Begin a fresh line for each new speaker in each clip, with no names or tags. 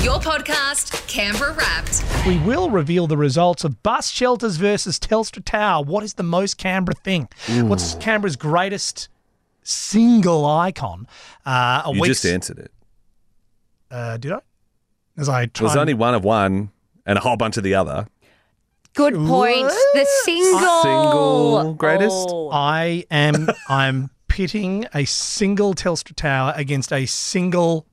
Your podcast, Canberra Wrapped.
We will reveal the results of bus shelters versus Telstra Tower. What is the most Canberra thing? What's Canberra's greatest single icon? Uh, a
You
week's-
just answered it.
uh, did I? As I
There was
tried.
only one of one and a whole bunch of the other.
Good point. The single.
Single greatest?
Oh.
I am. I'm pitting a single Telstra Tower against a single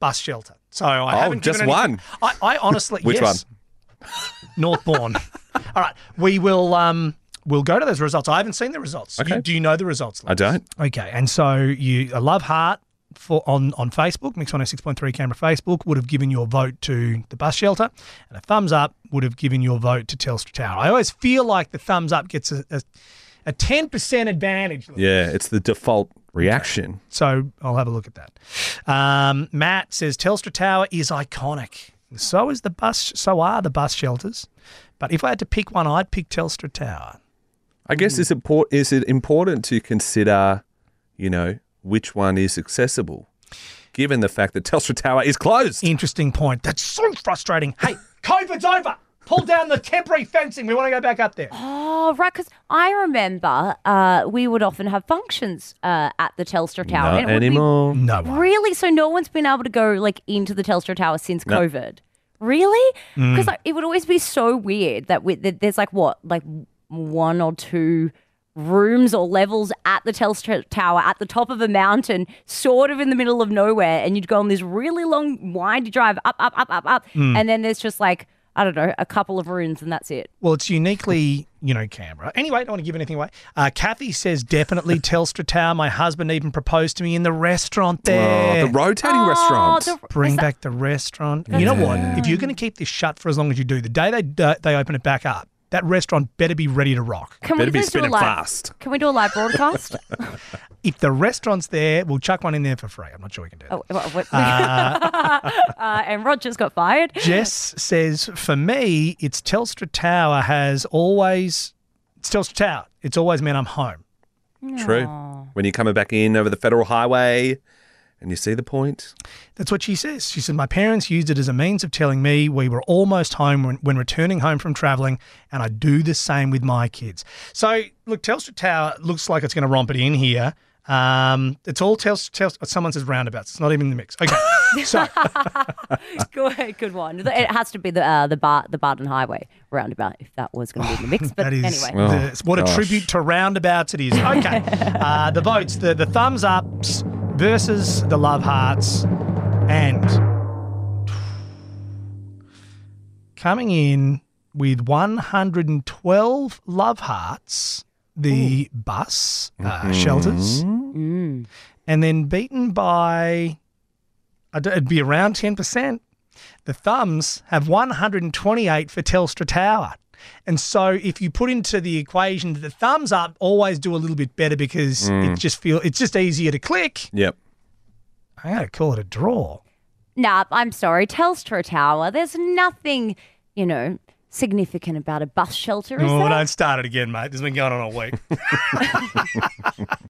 bus shelter. So I
Oh,
haven't
just
given any-
one?
I, I honestly
Which
yes. Northbourne. All right, we will um we'll go to those results. I haven't seen the results. You-
Okay.
do you know the results?
I don't.
Okay, and so you I love heart for on on Facebook, Mix 106.3 Canberra Facebook would have given your vote to the bus shelter, and a thumbs up would have given your vote to Telstra Tower. I always feel like the thumbs up gets a. a a 10% advantage.
Yeah, it's the default reaction.
So I'll have a look at that. Um, Matt says Telstra Tower is iconic. So is the bus. So are the bus shelters. But if I had to pick one, I'd pick Telstra Tower.
I guess is it por- is it important to consider, you know, which one is accessible, given the fact that Telstra Tower is closed.
Interesting point. That's so frustrating. Hey, COVID's over. Pull down the temporary fencing. We want to go back up there.
right. Because I remember uh, we would often have functions uh, at the Telstra Tower.
Not
and it would be
anymore.
No one.
Really? So no one's been able to go like into the Telstra Tower since COVID. Really? Because like, it would always be so weird that, we, that there's like what, like one or two rooms or levels at the Telstra Tower at the top of a mountain, sort of in the middle of nowhere, and you'd go on this really long, windy drive up, up, up, up, up, and then there's just like I don't know, a couple of rooms, and that's it.
Well, it's uniquely, you know, Canberra. Anyway, I don't want to give anything away. Uh, Kathy says definitely Telstra Tower. My husband even proposed to me in the restaurant there.
Oh, the rotating
Oh,
restaurant.
the-
Bring
is that-
back the restaurant. You know what? If you're going to keep this shut for as long as you do, the day they uh, they open it back up, that restaurant better be ready to rock.
Can we
Better be
please do a
spinning
live?
fast.
Can we do a live broadcast?
If the restaurant's there, we'll chuck one in there for free. I'm not sure we can do that.
oh, what, what- uh, and Roger's got fired.
Jess says, for me, it's Telstra Tower has always, it's Telstra Tower. It's always meant I'm home.
True. When you're coming back in over the federal highway, and you see the point.
That's what she says. She said, My parents used it as a means of telling me we were almost home when, when returning home from traveling, and I do the same with my kids. So, look, Telstra Tower looks like it's going to romp it in here. Um, it's all Telstra, Telstra. Someone says roundabouts. It's not even in the mix. Okay. so,
good, good one. It has to be the uh, the Bar- the Barton Highway roundabout if that was going to be in the mix. But
that is
anyway,
Oh,
the- what a
gosh.
tribute to roundabouts it is. Okay. uh, the votes, the, the thumbs ups versus the love hearts. And coming in with 112 love hearts, the bus uh,
Mm-hmm.
shelters, and then beaten by, I d- it'd be around 10%. The thumbs have 128 for Telstra Tower. And so if you put into the equation that the thumbs up always do a little bit better because it just feel it's just easier to click.
Yep.
I gotta call it a draw.
nah, I'm sorry, Telstra Tower. There's nothing, you know, significant about a bus shelter. Is
Oh,
there?
don't start it again, mate. This has been going on all week.